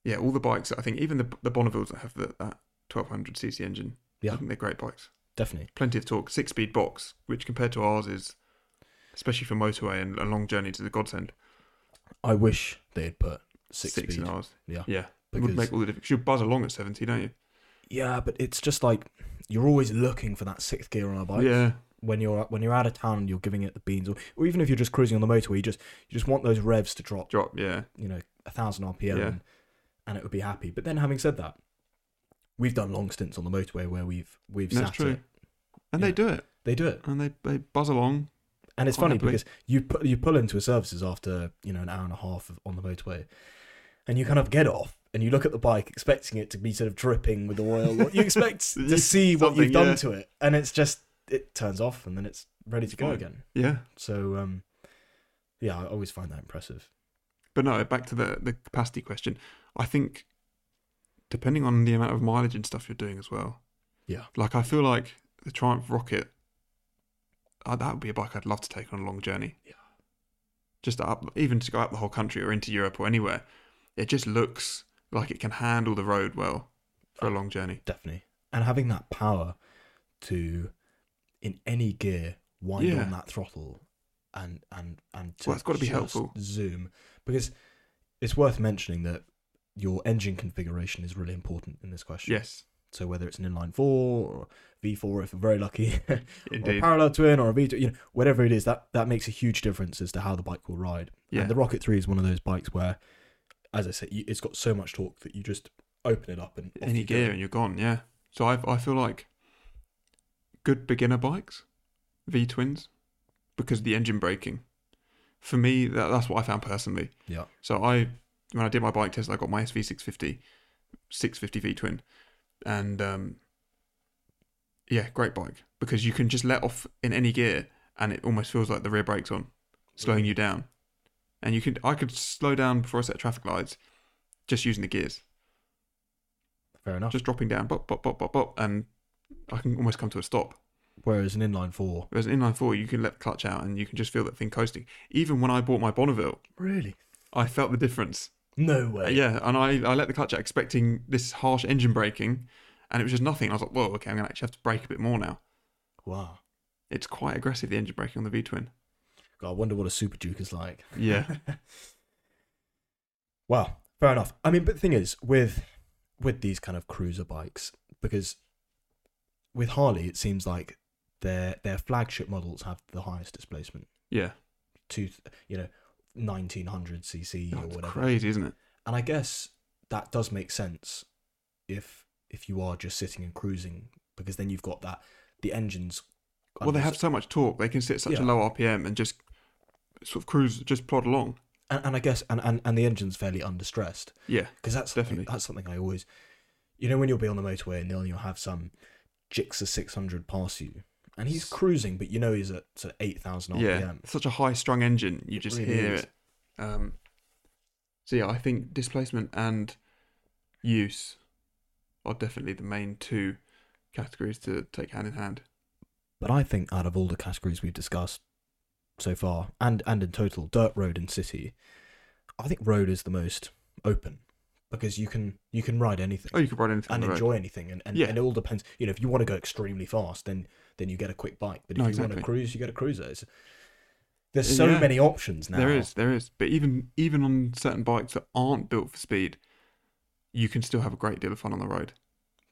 Speaker 3: yeah, all the bikes. I think even the the Bonnevilles that have the, that twelve hundred cc engine.
Speaker 2: Yeah.
Speaker 3: I think they're great bikes.
Speaker 2: Definitely.
Speaker 3: Plenty of torque, six speed box, which compared to ours is, especially for motorway and a long journey to the godsend,
Speaker 2: I wish they had put six,
Speaker 3: six
Speaker 2: speed.
Speaker 3: in ours.
Speaker 2: Yeah.
Speaker 3: yeah, it
Speaker 2: Because-
Speaker 3: would make all the difference. You buzz along at seventy, don't you?
Speaker 2: Yeah, but it's just like you're always looking for that sixth gear on our bike.
Speaker 3: yeah,
Speaker 2: When you're when you're out of town and you're giving it the beans, or, or even if you're just cruising on the motorway, you just you just want those revs to drop.
Speaker 3: drop. Yeah,
Speaker 2: you know, a thousand RPM
Speaker 3: Yeah.
Speaker 2: and, and it would be happy. But then having said that, we've done long stints on the motorway where we've we've
Speaker 3: that's
Speaker 2: sat
Speaker 3: true.
Speaker 2: it.
Speaker 3: And
Speaker 2: Yeah.
Speaker 3: they do it,
Speaker 2: They do it.
Speaker 3: and they they buzz along.
Speaker 2: And it's
Speaker 3: Quite
Speaker 2: funny
Speaker 3: happily.
Speaker 2: because you pu- you pull into a services after, you know, an hour and a half of, on the motorway and you kind of get off and you look at the bike expecting it to be sort of dripping with oil. What you expect to see what you've
Speaker 3: Something,
Speaker 2: done
Speaker 3: yeah.
Speaker 2: to it. And it's just it turns off and then it's ready to go
Speaker 3: Fine.
Speaker 2: again.
Speaker 3: Yeah,
Speaker 2: So um yeah, I always find that impressive.
Speaker 3: But no, back to the the capacity question. I think depending on the amount of mileage and stuff you're doing as well.
Speaker 2: Yeah.
Speaker 3: Like I feel like the Triumph Rocket, uh, that would be a bike I'd love to take on a long journey.
Speaker 2: Yeah.
Speaker 3: Just up, even to go up the whole country or into Europe or anywhere, it just looks like it can handle the road well for a
Speaker 2: Oh.
Speaker 3: long journey.
Speaker 2: Definitely. And having that power to, in any gear, wind
Speaker 3: Yeah.
Speaker 2: on that throttle and and and to
Speaker 3: Well, it's gotta be
Speaker 2: just
Speaker 3: helpful.
Speaker 2: zoom because it's worth mentioning that your engine configuration is really important in this question.
Speaker 3: Yes,
Speaker 2: So whether it's an inline four or V four, if we're very lucky, or a
Speaker 3: indeed.
Speaker 2: parallel twin or a V two, you know, whatever it is, that that makes a huge difference as to how the bike will ride.
Speaker 3: Yeah.
Speaker 2: And the Rocket Three is one of those bikes where, as I said, you, it's got so much torque that you just open it up and off
Speaker 3: Any
Speaker 2: you go.
Speaker 3: gear and you're gone. Yeah. So I I feel like good beginner bikes, V twins, because of the engine braking. For me, that, that's what I found personally.
Speaker 2: Yeah.
Speaker 3: So I, when I did my bike test, I got my SV650, 650 V twin, and um, yeah, great bike because you can just let off in any gear, and it almost feels like the rear brake's on,
Speaker 2: Mm-hmm.
Speaker 3: slowing you down, and you can I could slow down before a set of traffic lights, just using the gears,
Speaker 2: Fair enough.
Speaker 3: just dropping down, bop bop bop bop bop, and I can almost come to a stop.
Speaker 2: Whereas an inline four,
Speaker 3: Whereas an inline four, you can let the clutch out and you can just feel that thing coasting. Even when I bought my Bonneville,
Speaker 2: really,
Speaker 3: I felt the difference.
Speaker 2: no
Speaker 3: Uh,
Speaker 2: way.
Speaker 3: yeah, and I, I let the clutch out expecting this harsh engine braking, and it was just nothing. I was like, whoa, okay, I'm going to actually have to brake a bit more now.
Speaker 2: Wow.
Speaker 3: It's quite aggressive, the engine braking on the V twin.
Speaker 2: God, I wonder what a Super Duke is like.
Speaker 3: Yeah.
Speaker 2: Wow. Fair enough. I mean, but the thing is, with with these kind of cruiser bikes, because with Harley, it seems like their their flagship models have the highest displacement.
Speaker 3: Yeah.
Speaker 2: two, you know, 1900 cc or
Speaker 3: it's
Speaker 2: whatever.
Speaker 3: crazy, isn't it?
Speaker 2: And I guess that does make sense if if you are just sitting and cruising because then you've got that the engines.
Speaker 3: Well, they have so much torque. They can sit at such a
Speaker 2: Yeah.
Speaker 3: low RPM and just sort of cruise, just plod along.
Speaker 2: and, and I guess and, and and the engine's fairly under stressed
Speaker 3: Yeah.
Speaker 2: because that's something-
Speaker 3: Definitely.
Speaker 2: that's something I always, you know, when you'll be on the motorway and then you'll have some Gixxer 600 pass you. And he's cruising, but you know he's at sort of 8,000 RPM.
Speaker 3: Yeah. Such a high strung engine. You just
Speaker 2: really
Speaker 3: hear
Speaker 2: is.
Speaker 3: it. Um, so, yeah, I think displacement and use are definitely the main two categories to take hand in hand.
Speaker 2: But I think out of all the categories we've discussed so far, and and in total, dirt road and city, I think road is the most open because you can you can ride anything
Speaker 3: Oh, you could ride anything. on
Speaker 2: and
Speaker 3: the road.
Speaker 2: enjoy anything, and, and,
Speaker 3: Yeah.
Speaker 2: and it all depends. You know, if you want to go extremely fast, then then you get a quick bike. But if
Speaker 3: No,
Speaker 2: you want
Speaker 3: exactly. Uh,
Speaker 2: to cruise, you get a cruiser. It's, there's so
Speaker 3: Yeah.
Speaker 2: many options now.
Speaker 3: There is, there is. But even even on certain bikes that aren't built for speed, you can still have a great deal of fun on the road.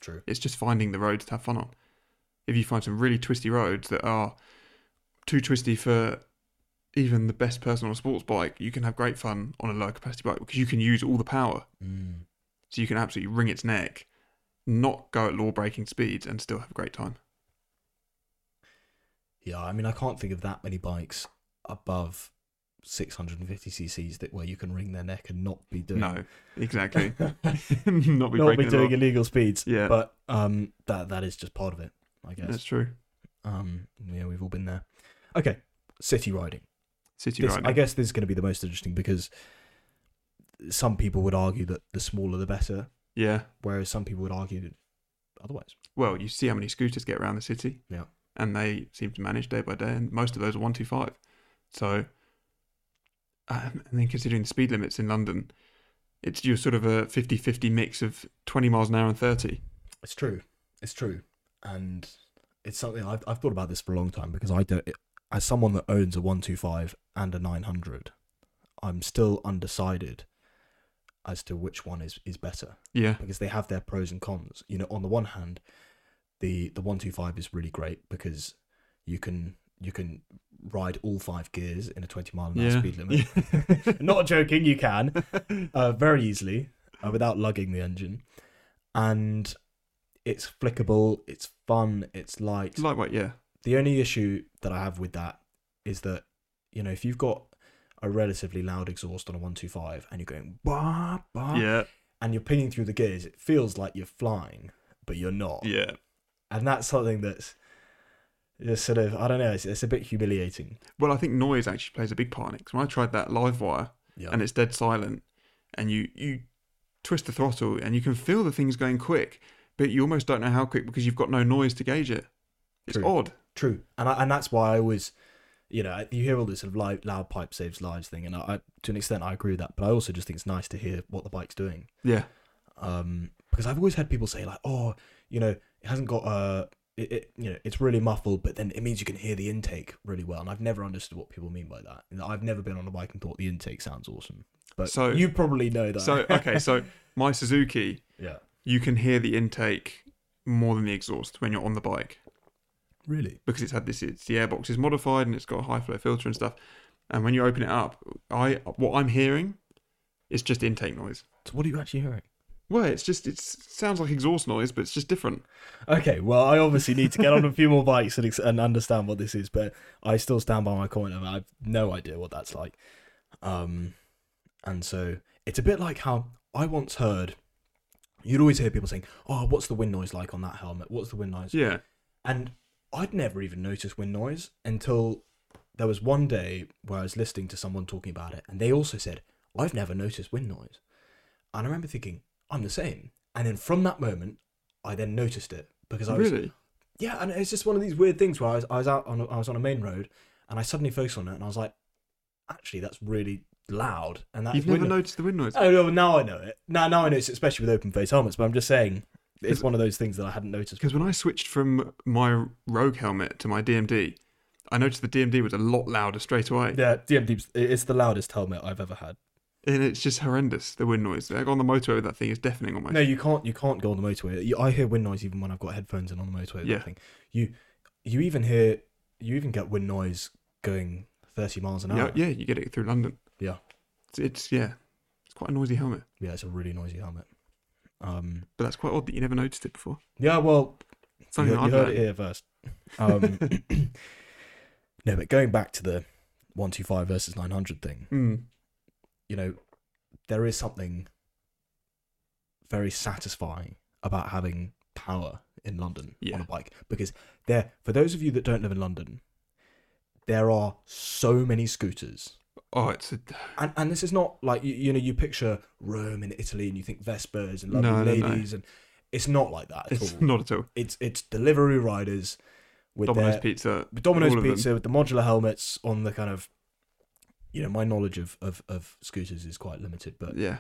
Speaker 2: true.
Speaker 3: It's just finding the roads to have fun on. If you find some really twisty roads that are too twisty for even the best person on a sports bike, you can have great fun on a low capacity bike because you can use all the power.
Speaker 2: Mm.
Speaker 3: So you can absolutely wring its neck, not go at law breaking speeds and still have a great time.
Speaker 2: Yeah, I mean, I can't think of that many bikes above 650 cc's that where you can wring their neck and not be doing
Speaker 3: No, exactly. not be
Speaker 2: not be
Speaker 3: breaking the law.
Speaker 2: doing illegal speeds.
Speaker 3: Yeah.
Speaker 2: but um, that that is just part of it, I guess.
Speaker 3: That's true.
Speaker 2: Um, yeah, we've all been there. Okay, city riding.
Speaker 3: City
Speaker 2: This,
Speaker 3: riding.
Speaker 2: I guess this is going to be the most interesting because some people would argue that the smaller the better,
Speaker 3: yeah.
Speaker 2: whereas some people would argue that otherwise.
Speaker 3: well, you see how many scooters get around the city.
Speaker 2: Yeah.
Speaker 3: And they seem to manage day by day, and most of those are 125. So, um, and then considering the speed limits in London, it's your sort of a 50 50 mix of 20 miles an hour and 30.
Speaker 2: It's true. It's true, and it's something I've I've thought about this for a long time because I don't. As someone that owns a one two five and a nine hundred, I'm still undecided as to which one is is better.
Speaker 3: Yeah.
Speaker 2: because they have their pros and cons. You know, on the one hand, the the one two five is really great because you can you can ride all five gears in a twenty mile an hour
Speaker 3: Yeah.
Speaker 2: speed limit. Not joking, you can uh, very easily uh, without lugging the engine, and it's flickable. It's fun. It's light.
Speaker 3: Lightweight, yeah.
Speaker 2: The only issue that I have with that is that you know if you've got a relatively loud exhaust on a one two five and you're going bah bah
Speaker 3: Yeah.
Speaker 2: and you're pinging through the gears, it feels like you're flying, but you're not.
Speaker 3: Yeah.
Speaker 2: And that's something that's just sort of, I don't know, it's, it's a bit humiliating.
Speaker 3: Well, I think noise actually plays a big part in it. 'cause when I tried that live wire
Speaker 2: Yeah.
Speaker 3: and it's dead silent, and you, you twist the throttle and you can feel the things going quick, but you almost don't know how quick because you've got no noise to gauge it. It's
Speaker 2: True.
Speaker 3: odd.
Speaker 2: True, and I, and that's why I always, you know, you hear all this sort of loud, loud pipe saves lives thing, and I, I to an extent I agree with that, but I also just think it's nice to hear what the bike's doing,
Speaker 3: Yeah.
Speaker 2: um, because I've always had people say like, oh, you know, it hasn't got uh It, it, you know, it's really muffled, but then it means you can hear the intake really well. And I've never understood what people mean by that. You know, I've never been on a bike and thought the intake sounds awesome. But
Speaker 3: So-
Speaker 2: you probably know that.
Speaker 3: So okay, so my Suzuki,
Speaker 2: yeah,
Speaker 3: you can hear the intake more than the exhaust when you're on the bike
Speaker 2: really.
Speaker 3: because it's had this. It's the airbox is modified and it's got a high flow filter and stuff. And when you open it up, I what I'm hearing is just intake noise.
Speaker 2: So what are you actually hearing?
Speaker 3: Well, it's just it sounds like exhaust noise, but it's just different.
Speaker 2: Okay, well, I obviously need to get on a few more bikes and, ex- and understand what this is, but I still stand by my comment of I've no idea what that's like. Um, and so it's a bit like how I once heard you'd always hear people saying, "Oh, what's the wind noise like on that helmet? What's the wind noise?"
Speaker 3: Yeah,
Speaker 2: And I'd never even noticed wind noise until there was one day where I was listening to someone talking about it, and they also said, I've never noticed wind noise. And I remember thinking, I'm the same. And then from that moment, I then noticed it because I was.
Speaker 3: really.
Speaker 2: Yeah, and it's just one of these weird things where I was, I was out on a, I was on a main road and I suddenly focused on it and I was like, actually, that's really loud. And that's
Speaker 3: You've never noticed the wind noise.
Speaker 2: Oh no, now I know it. Now, now I know it's especially with open face helmets, but I'm just saying it's
Speaker 3: Is-
Speaker 2: one of those things that I hadn't noticed.
Speaker 3: Because when I switched from my Rogue helmet to my DMD, I noticed the DMD was a lot louder straight away.
Speaker 2: Yeah, DMD. It's the loudest helmet I've ever had.
Speaker 3: And it's just horrendous, the wind noise. Like on the motorway with that thing, it's deafening almost.
Speaker 2: No, you can't. You can't go on the motorway. You, I hear wind noise even when I've got headphones in on the motorway. Yeah.
Speaker 3: Yeah.
Speaker 2: Thing. You, you even hear. You even get wind noise going thirty miles an
Speaker 3: yeah,
Speaker 2: hour.
Speaker 3: yeah, you get it through London.
Speaker 2: Yeah.
Speaker 3: It's, it's, yeah, it's quite a noisy helmet.
Speaker 2: Yeah, it's a really noisy helmet. Um.
Speaker 3: But that's quite odd that you never noticed it before.
Speaker 2: Yeah. Well, you,
Speaker 3: Something
Speaker 2: you
Speaker 3: that I've
Speaker 2: heard it
Speaker 3: learned.
Speaker 2: here first. Um. no, but going back to the one two five versus nine hundred thing.
Speaker 3: Mm.
Speaker 2: you know, there is something very satisfying about having power in London
Speaker 3: Yeah.
Speaker 2: on a bike because there, for those of you that don't live in London, there are so many scooters.
Speaker 3: Oh, it's a,
Speaker 2: And, and this is not like you, you know you picture Rome in Italy and you think Vespers and
Speaker 3: No,
Speaker 2: lovely
Speaker 3: no, no.
Speaker 2: ladies and it's not like that at
Speaker 3: it's
Speaker 2: all.
Speaker 3: not at all.
Speaker 2: It's it's delivery riders with
Speaker 3: Domino's
Speaker 2: their,
Speaker 3: pizza.
Speaker 2: with Domino's
Speaker 3: all of them.
Speaker 2: Pizza with the modular helmets on the kind of, you know, my knowledge of of, of scooters is quite limited, but
Speaker 3: Yeah,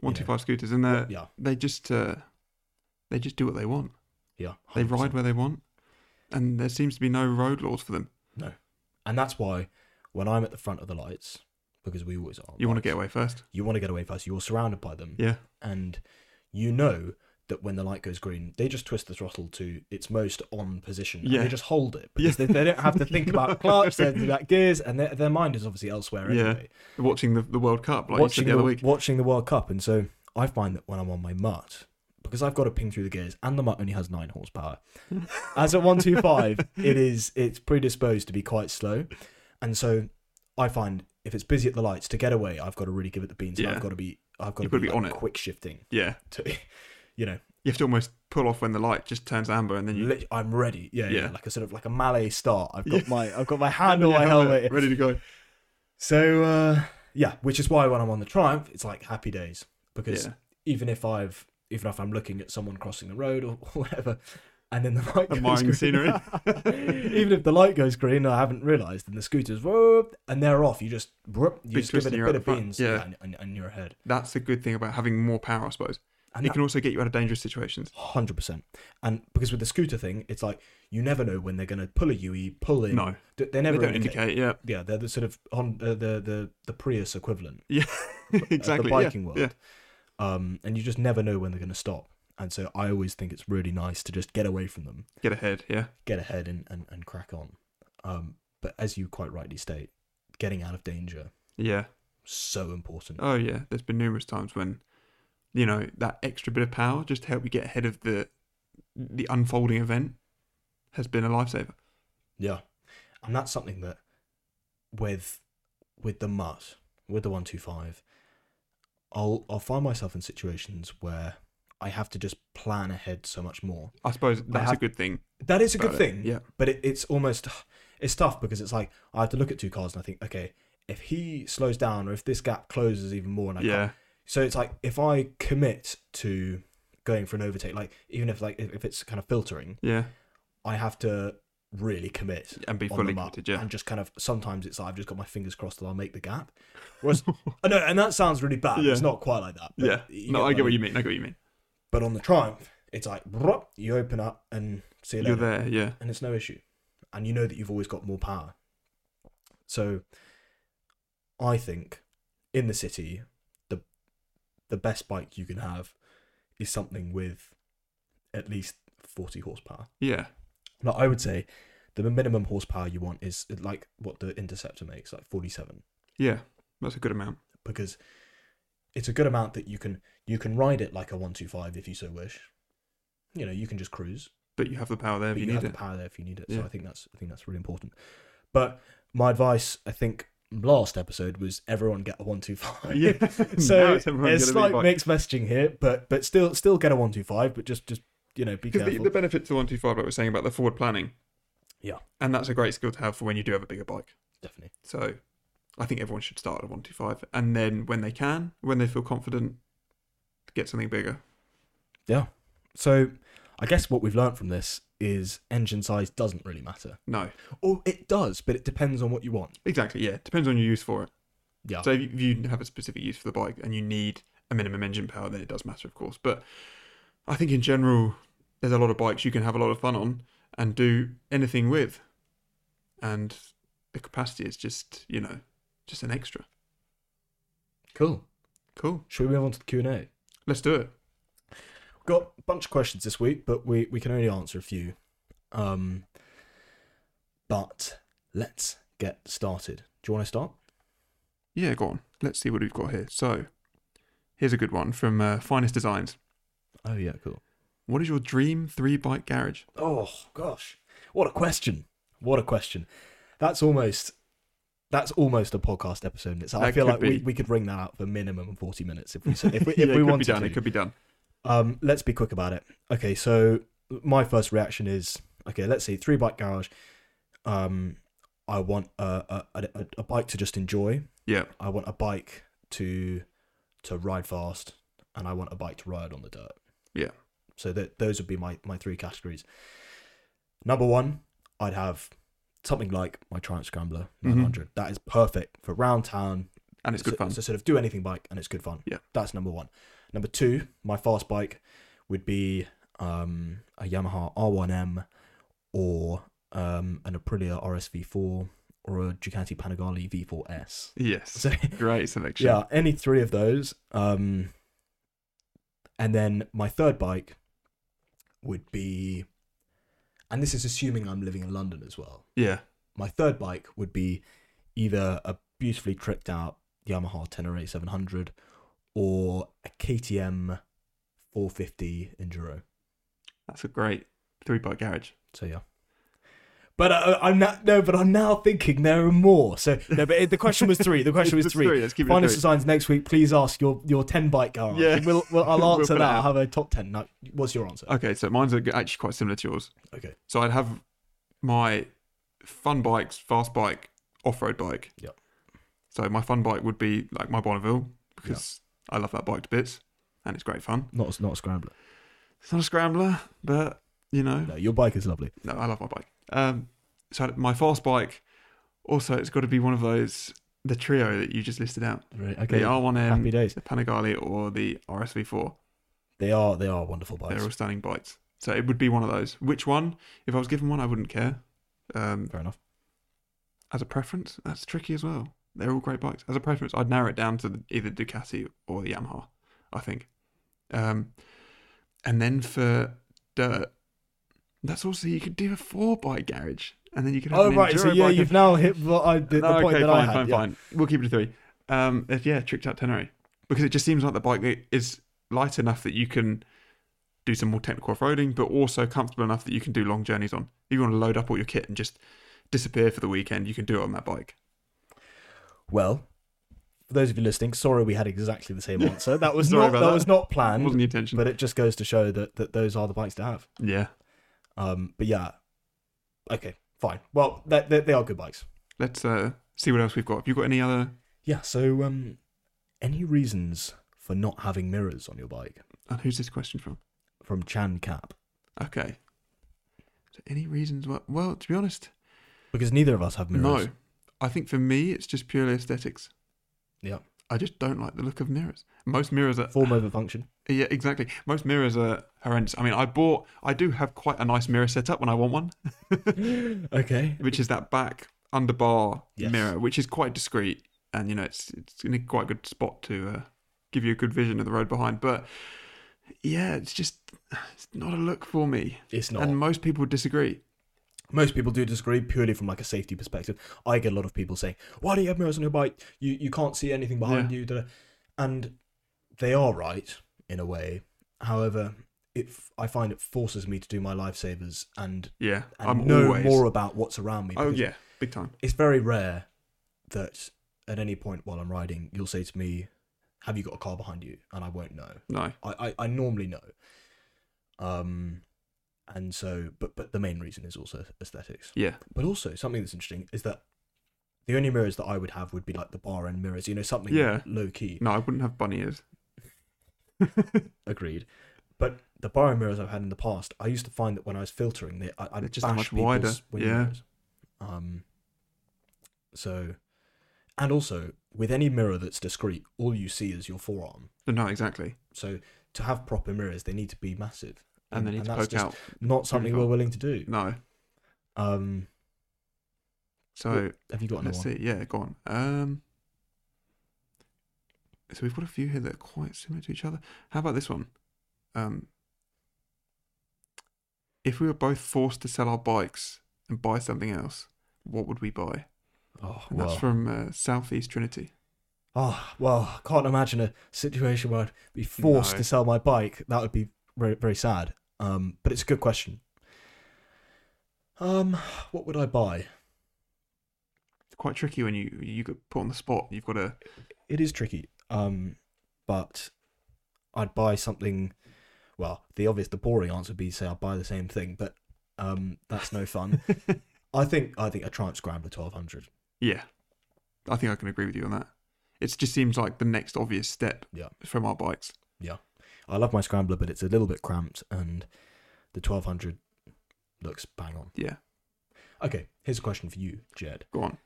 Speaker 3: one two five scooters, and they
Speaker 2: yeah,
Speaker 3: they just uh, they just do what they want.
Speaker 2: yeah,
Speaker 3: They
Speaker 2: 100%.
Speaker 3: ride where they want, and there seems to be no road laws for them.
Speaker 2: and that's why when I'm at the front of the lights, because we always are,
Speaker 3: You want to get away first.
Speaker 2: you want to get away first. You're surrounded by them,
Speaker 3: Yeah,
Speaker 2: and you know that when the light goes green, they just twist the throttle to its most on position. and
Speaker 3: Yeah.
Speaker 2: they just hold it because they, they don't have to think about clutch, they don't think about gears, and their their mind is obviously elsewhere
Speaker 3: Yeah.
Speaker 2: anyway.
Speaker 3: watching the, the World Cup like
Speaker 2: watching
Speaker 3: you said the other
Speaker 2: the-
Speaker 3: week.
Speaker 2: watching the World Cup, and so I find that when I'm on my mutt, because I've got to ping through the gears, and the mutt only has nine horsepower. As at one two five, it is it's predisposed to be quite slow, and so I find if it's busy at the lights to get away, I've got to really give it the beans. and
Speaker 3: Yeah.
Speaker 2: I've got to be I've got to
Speaker 3: You've
Speaker 2: be,
Speaker 3: gotta be
Speaker 2: like,
Speaker 3: on it.
Speaker 2: quick shifting
Speaker 3: Yeah,
Speaker 2: to, you know,
Speaker 3: you have to almost pull off when the light just turns amber, and then you
Speaker 2: lit- I'm ready. Yeah, yeah,
Speaker 3: Mm. Yeah.
Speaker 2: like a sort of like a mallet start. I've got
Speaker 3: Yeah.
Speaker 2: my I've got my hand on
Speaker 3: Yeah,
Speaker 2: my helmet.
Speaker 3: ready to go.
Speaker 2: So uh, yeah, which is why when I'm on the Triumph, it's like happy days because
Speaker 3: Yeah.
Speaker 2: even if I've even if I'm looking at someone crossing the road or, or whatever, and then the light goes
Speaker 3: Admiring the
Speaker 2: green,
Speaker 3: scenery.
Speaker 2: even if the light goes green, I haven't realised, and the scooters whoop, and they're off. You just whoop, you
Speaker 3: Big
Speaker 2: just
Speaker 3: twist
Speaker 2: give it
Speaker 3: and
Speaker 2: a
Speaker 3: you're
Speaker 2: bit
Speaker 3: at
Speaker 2: of
Speaker 3: the front.
Speaker 2: beans,
Speaker 3: Yeah.
Speaker 2: and, and, and you're ahead.
Speaker 3: That's the good thing about having more power, I suppose.
Speaker 2: And
Speaker 3: it can also get you out of dangerous situations.
Speaker 2: Hundred percent, and because with the scooter thing, it's like you never know when they're going to pull a UE, pull in.
Speaker 3: No,
Speaker 2: D- they
Speaker 3: they
Speaker 2: never
Speaker 3: don't
Speaker 2: indicate.
Speaker 3: indicate. Yeah,
Speaker 2: Yeah, they're the sort of on uh, the the the Prius equivalent.
Speaker 3: yeah, exactly.
Speaker 2: the biking
Speaker 3: yeah.
Speaker 2: world.
Speaker 3: Yeah,
Speaker 2: um, and you just never know when they're going to stop. And so I always think it's really nice to just get away from them,
Speaker 3: get ahead. Yeah,
Speaker 2: get ahead and, and, and crack on. Um, but as you quite rightly state, getting out of danger,
Speaker 3: yeah.
Speaker 2: so important.
Speaker 3: Oh yeah. There's been numerous times when, you know, that extra bit of power just to help you get ahead of the the unfolding event has been a lifesaver.
Speaker 2: Yeah. And that's something that with with the mutt, with the 125, I'll, I'll find myself in situations where I have to just plan ahead so much more.
Speaker 3: I suppose that's a
Speaker 2: have-
Speaker 3: good thing.
Speaker 2: That is a good
Speaker 3: about it.
Speaker 2: thing.
Speaker 3: Yeah.
Speaker 2: but it, it's almost it's tough because it's like I have to look at two cars and I think, okay, if he slows down or if this gap closes even more, and I can't,
Speaker 3: Yeah.
Speaker 2: So it's like if I commit to going for an overtake, like even if like if if it's kind of filtering,
Speaker 3: Yeah.
Speaker 2: I have to really commit
Speaker 3: And be
Speaker 2: on the
Speaker 3: fully
Speaker 2: map
Speaker 3: committed, yeah.
Speaker 2: and just kind of sometimes it's like I've just got my fingers crossed that I'll make the gap. Whereas I know, and that sounds really bad.
Speaker 3: Yeah.
Speaker 2: It's not quite like that. but
Speaker 3: yeah. No, I get what you mean. I get what you mean.
Speaker 2: But on the Triumph, it's like bruh, you open up and see you later
Speaker 3: You're there, yeah.
Speaker 2: and it's no issue. And you know that you've always got more power. So I think in the city, the the best bike you can have is something with at least forty horsepower.
Speaker 3: Yeah.
Speaker 2: Like I would say the minimum horsepower you want is like what the interceptor makes, like forty seven.
Speaker 3: Yeah. That's a good amount.
Speaker 2: Because it's a good amount that you can you can ride it like a one two five if you so wish. You know, you can just cruise.
Speaker 3: But you have the power there if
Speaker 2: but
Speaker 3: you,
Speaker 2: you,
Speaker 3: need
Speaker 2: have
Speaker 3: it.
Speaker 2: the power there if you need it.
Speaker 3: Yeah.
Speaker 2: So I think that's I think that's really important. But my advice, I think, last episode was everyone get a one two five.
Speaker 3: Yeah. Now
Speaker 2: so there's
Speaker 3: it's everyone gonna be
Speaker 2: slight
Speaker 3: bike.
Speaker 2: mixed messaging here, but but still still get a one two five, but just just you know be
Speaker 3: Because the,
Speaker 2: careful.
Speaker 3: the benefit to 125, like we're saying about the forward planning.
Speaker 2: Yeah.
Speaker 3: And that's a great skill to have for when you do have a bigger bike.
Speaker 2: Definitely.
Speaker 3: So I think everyone should start at a 125. And then when they can, when they feel confident, get something bigger.
Speaker 2: So I guess what we've learned from this is engine size doesn't really matter.
Speaker 3: No.
Speaker 2: Or it does, but it depends on what you want.
Speaker 3: Exactly. Yeah. Depends on your use for it.
Speaker 2: Yeah.
Speaker 3: So if you- if you have a specific use for the bike and you need a minimum engine power, then it does matter, of course. But I think in general, there's a lot of bikes you can have a lot of fun on and do anything with, and the capacity is just you know just an extra.
Speaker 2: cool.
Speaker 3: Cool.
Speaker 2: Should we move on to the Q and A?
Speaker 3: Let's do it.
Speaker 2: got a bunch of questions this week, but we, we can only answer a few. Um, but let's get started. Do you want to start?
Speaker 3: Yeah, go on. Let's see what we've got here. So here's a good one from uh, Finest Designs.
Speaker 2: Oh yeah, cool.
Speaker 3: What is your dream three bike garage?
Speaker 2: Oh gosh, what a question! What a question. That's almost that's almost a podcast episode. in itself. I
Speaker 3: That
Speaker 2: feel
Speaker 3: could
Speaker 2: like we,
Speaker 3: be.
Speaker 2: we could ring that out for minimum forty minutes if we s- if we, if
Speaker 3: Yeah, it
Speaker 2: we
Speaker 3: could be
Speaker 2: wanted
Speaker 3: done.
Speaker 2: to.
Speaker 3: It could be done.
Speaker 2: Um, let's be quick about it. Okay, so my first reaction is okay. Let's see, three bike garage. Um, I want a a, a, a bike to just enjoy.
Speaker 3: Yeah.
Speaker 2: I want a bike to to ride fast, and I want a bike to ride on the dirt.
Speaker 3: Yeah.
Speaker 2: So that those would be my my three categories. Number one, I'd have something like my Triumph Scrambler 900. That is perfect for round town,
Speaker 3: And it's good
Speaker 2: so-
Speaker 3: fun.
Speaker 2: So sort of do anything bike, and it's good fun.
Speaker 3: Yeah.
Speaker 2: that's number one. Number two, my fast bike would be um, a Yamaha R1M or um, an Aprilia RSV4 or a Ducati Panigale V4S.
Speaker 3: Yes.
Speaker 2: So
Speaker 3: Great selection.
Speaker 2: yeah, any three of those. Um, and then my third bike would be, and this is assuming I'm living in London as well
Speaker 3: Yeah.
Speaker 2: my third bike would be either a beautifully tricked out Yamaha Tenere 700 or a KTM 450 Enduro.
Speaker 3: That's a great three bike garage.
Speaker 2: So yeah. But I, I'm not no. But I'm now thinking there are more. So no. But it- the question was three. The question was
Speaker 3: It's
Speaker 2: three.
Speaker 3: Let's keep it
Speaker 2: Finest
Speaker 3: three.
Speaker 2: designs next week. Please ask your your ten bike garage.
Speaker 3: Yeah.
Speaker 2: We'll, we'll, I'll
Speaker 3: We'll
Speaker 2: answer
Speaker 3: put it
Speaker 2: that. I'll
Speaker 3: out.
Speaker 2: have a top ten. No, what's your answer?
Speaker 3: Okay, so mine's are actually quite similar to yours.
Speaker 2: Okay.
Speaker 3: So I'd have my fun bikes, fast bike, off road bike.
Speaker 2: Yep.
Speaker 3: So my fun bike would be like my Bonneville because I love that bike to bits and it's great fun.
Speaker 2: Not a- not a scrambler.
Speaker 3: It's not a scrambler, but you know,
Speaker 2: No, your bike is lovely.
Speaker 3: no, I love my bike. Um, so my fast bike, also, it's got to be one of those, the trio that you just listed out
Speaker 2: Right,
Speaker 3: the
Speaker 2: okay. Happy
Speaker 3: R1M,
Speaker 2: days.
Speaker 3: the Panigale, or the RSV4.
Speaker 2: They are they are wonderful bikes.
Speaker 3: They're all stunning bikes. So it would be one of those. Which one? If I was given one, I wouldn't care. Um,
Speaker 2: Fair enough.
Speaker 3: as a preference, that's tricky as well. They're all great bikes. As a preference, I'd narrow it down to the, either Ducati or the Yamaha, I think. Um, and then for dirt, that's also you could do a four bike garage, and then you could have
Speaker 2: Oh
Speaker 3: an
Speaker 2: right, so
Speaker 3: enduro
Speaker 2: yeah,
Speaker 3: bike.
Speaker 2: you've now hit what I the,
Speaker 3: No,
Speaker 2: the point
Speaker 3: Oh, okay,
Speaker 2: that
Speaker 3: fine,
Speaker 2: I had.
Speaker 3: fine,
Speaker 2: yeah.
Speaker 3: fine. We'll keep it to three. Um, if- yeah, tricked out Tenere because it just seems like the bike that is light enough that you can do some more technical off-roading, but also comfortable enough that you can do long journeys on. If you want to load up all your kit and just disappear for the weekend, you can do it on that bike.
Speaker 2: Well, for those of you listening, sorry we had exactly the same answer. That was
Speaker 3: Sorry
Speaker 2: not
Speaker 3: about
Speaker 2: that,
Speaker 3: that.
Speaker 2: was not
Speaker 3: That
Speaker 2: planned,
Speaker 3: wasn't the intention.
Speaker 2: but it just goes to show that that those are the bikes to have.
Speaker 3: yeah,
Speaker 2: Um, but yeah, okay, fine. Well, they they, they are good bikes.
Speaker 3: let's uh, see what else we've got. Have you got any other?
Speaker 2: Yeah. So, um, any reasons for not having mirrors on your bike.
Speaker 3: And who's this question from?
Speaker 2: From Chan Cap.
Speaker 3: Okay. So any reasons why? Well, to be honest,
Speaker 2: Because neither of us have mirrors.
Speaker 3: no. I think for me, it's just purely aesthetics.
Speaker 2: Yeah.
Speaker 3: I just don't like the look of mirrors. Most mirrors are
Speaker 2: Form over function.
Speaker 3: yeah, exactly. Most mirrors are horrendous. I mean, I bought. I do have quite a nice mirror setup when I want one,
Speaker 2: Okay.
Speaker 3: which is that back underbar
Speaker 2: Yes.
Speaker 3: mirror, which is quite discreet, and you know, it's it's in a quite good spot to uh, give you a good vision of the road behind. But yeah, it's just it's not a look for me,
Speaker 2: It's not.
Speaker 3: and most people would disagree.
Speaker 2: Most people do disagree purely from like a safety perspective. I get a lot of people saying, "Why don't you have mirrors on your bike? You you can't see anything behind
Speaker 3: Yeah.
Speaker 2: you." da-da." And they are right in a way. However, it f- I find it forces me to do my lifesavers and,
Speaker 3: Yeah,
Speaker 2: and
Speaker 3: I'm
Speaker 2: know
Speaker 3: always.
Speaker 2: more about what's around me.
Speaker 3: oh
Speaker 2: because
Speaker 3: yeah, big time.
Speaker 2: it's very rare that at any point while I'm riding, you'll say to me, "Have you got a car behind you?" And I won't know.
Speaker 3: No,
Speaker 2: I, I, I normally know. Um, and so, but but the main reason is also aesthetics.
Speaker 3: yeah,
Speaker 2: But also something that's interesting is that the only mirrors that I would have would be like the bar end mirrors, you know, something
Speaker 3: Yeah.
Speaker 2: low key.
Speaker 3: no, I wouldn't have bunny ears.
Speaker 2: Agreed. But the bar end mirrors I've had in the past, I used to find that when I was filtering, they I, I'd
Speaker 3: They're just
Speaker 2: bash
Speaker 3: much
Speaker 2: people's
Speaker 3: wider,
Speaker 2: window
Speaker 3: yeah.
Speaker 2: mirrors. Um. So, and also with any mirror that's discreet, all you see is your forearm.
Speaker 3: No, exactly.
Speaker 2: So to have proper mirrors, they need to be massive,
Speaker 3: And, they need to
Speaker 2: that's
Speaker 3: poke
Speaker 2: just
Speaker 3: out.
Speaker 2: not something we're
Speaker 3: far.
Speaker 2: willing to do.
Speaker 3: No,
Speaker 2: Um,
Speaker 3: so
Speaker 2: have you got another
Speaker 3: Let's
Speaker 2: one?
Speaker 3: see. Yeah, go on. Um, so we've got a few here that are quite similar to each other. How about this one? Um, if we were both forced to sell our bikes and buy something else, what would we buy?
Speaker 2: Oh,
Speaker 3: And that's
Speaker 2: well.
Speaker 3: from uh, Southeast Trinity.
Speaker 2: Oh, well, I can't imagine a situation where I'd be forced
Speaker 3: No.
Speaker 2: to sell my bike. That would be very, very sad. Um, but it's a good question. Um, what would I buy?
Speaker 3: It's quite tricky when you you get put on the spot. You've got to
Speaker 2: It is tricky. Um, but I'd buy something. Well, the obvious, the boring answer would be say I'd buy the same thing, but um, that's no fun. I think I think a Triumph Scrambler 1200.
Speaker 3: yeah. I think I can agree with you on that. It just seems like the next obvious step
Speaker 2: Yeah.
Speaker 3: from our bikes.
Speaker 2: I love my Scrambler, but it's a little bit cramped, and the 1200 looks bang on.
Speaker 3: Yeah,
Speaker 2: Okay, here's a question for you, Jed.
Speaker 3: go on.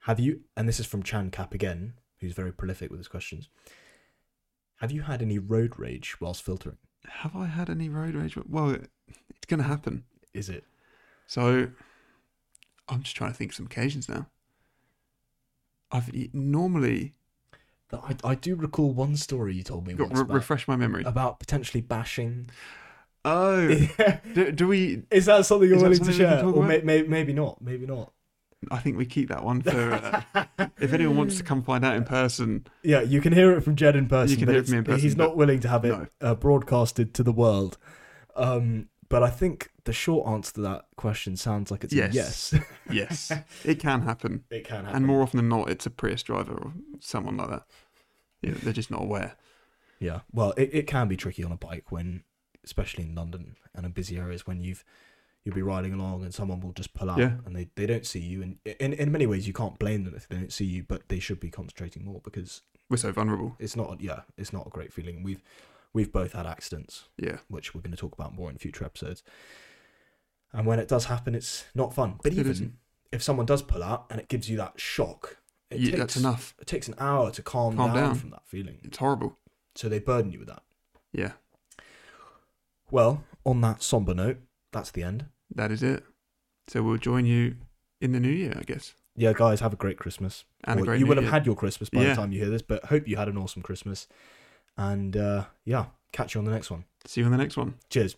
Speaker 2: Have you, and this is from Chan Cap again, who's very prolific with his questions. Have you had any road rage whilst filtering?
Speaker 3: Have I had any road rage? Well, it's going to happen.
Speaker 2: Is it?
Speaker 3: So I'm just trying to think of some occasions now. I've y- normally
Speaker 2: I, I do recall one story you told me Oh.
Speaker 3: got
Speaker 2: once
Speaker 3: re-
Speaker 2: about,
Speaker 3: refresh my memory.
Speaker 2: about potentially bashing.
Speaker 3: Oh,
Speaker 2: is
Speaker 3: do, do we?
Speaker 2: that something you're
Speaker 3: Is that
Speaker 2: willing to
Speaker 3: something we can
Speaker 2: share?
Speaker 3: talk
Speaker 2: Or may,
Speaker 3: about?
Speaker 2: may, maybe not. Maybe not.
Speaker 3: I think we keep that one for uh, if anyone wants to come find out in person.
Speaker 2: Yeah, you can hear it from Jed in person.
Speaker 3: You can
Speaker 2: but
Speaker 3: hear it from me in
Speaker 2: it's- He's
Speaker 3: person,
Speaker 2: not willing to have it
Speaker 3: no.
Speaker 2: uh, broadcasted to the world. Um, but I think the short answer to that question sounds like it's a
Speaker 3: Yes.
Speaker 2: yes.
Speaker 3: Yes, it can happen,
Speaker 2: it can happen.
Speaker 3: and more often than not, it's a Prius driver or someone like that. You know, they're just not aware.
Speaker 2: Yeah. Well, it, it can be tricky on a bike when, especially in London and in busy areas, when you've you'll be riding along and someone will just pull out
Speaker 3: Yeah.
Speaker 2: and they, they don't see you. And in, in many ways, you can't blame them if they don't see you, but they should be concentrating more because
Speaker 3: We're so vulnerable.
Speaker 2: it's not yeah it's not a great feeling. We've we've both had accidents,
Speaker 3: Yeah,
Speaker 2: which we're going to talk about more in future episodes. And when it does happen, it's not fun. But
Speaker 3: It
Speaker 2: even
Speaker 3: isn't.
Speaker 2: if someone does pull out and it gives you that shock, it
Speaker 3: Yeah,
Speaker 2: takes,
Speaker 3: that's enough.
Speaker 2: It takes an hour to calm,
Speaker 3: Calm
Speaker 2: down,
Speaker 3: down.
Speaker 2: from that feeling.
Speaker 3: It's horrible.
Speaker 2: So they burden you with that.
Speaker 3: Yeah,
Speaker 2: Well, on that somber note, that's the end.
Speaker 3: that is it. So we'll join you in the new year, I guess.
Speaker 2: Yeah, guys, have a great Christmas.
Speaker 3: And a
Speaker 2: Or
Speaker 3: great
Speaker 2: you
Speaker 3: new
Speaker 2: will have
Speaker 3: year.
Speaker 2: had your Christmas by the
Speaker 3: Yeah.
Speaker 2: time you hear this, but hope you had an awesome Christmas. And uh, yeah, catch you on the next one.
Speaker 3: See you on the next one.
Speaker 2: Cheers.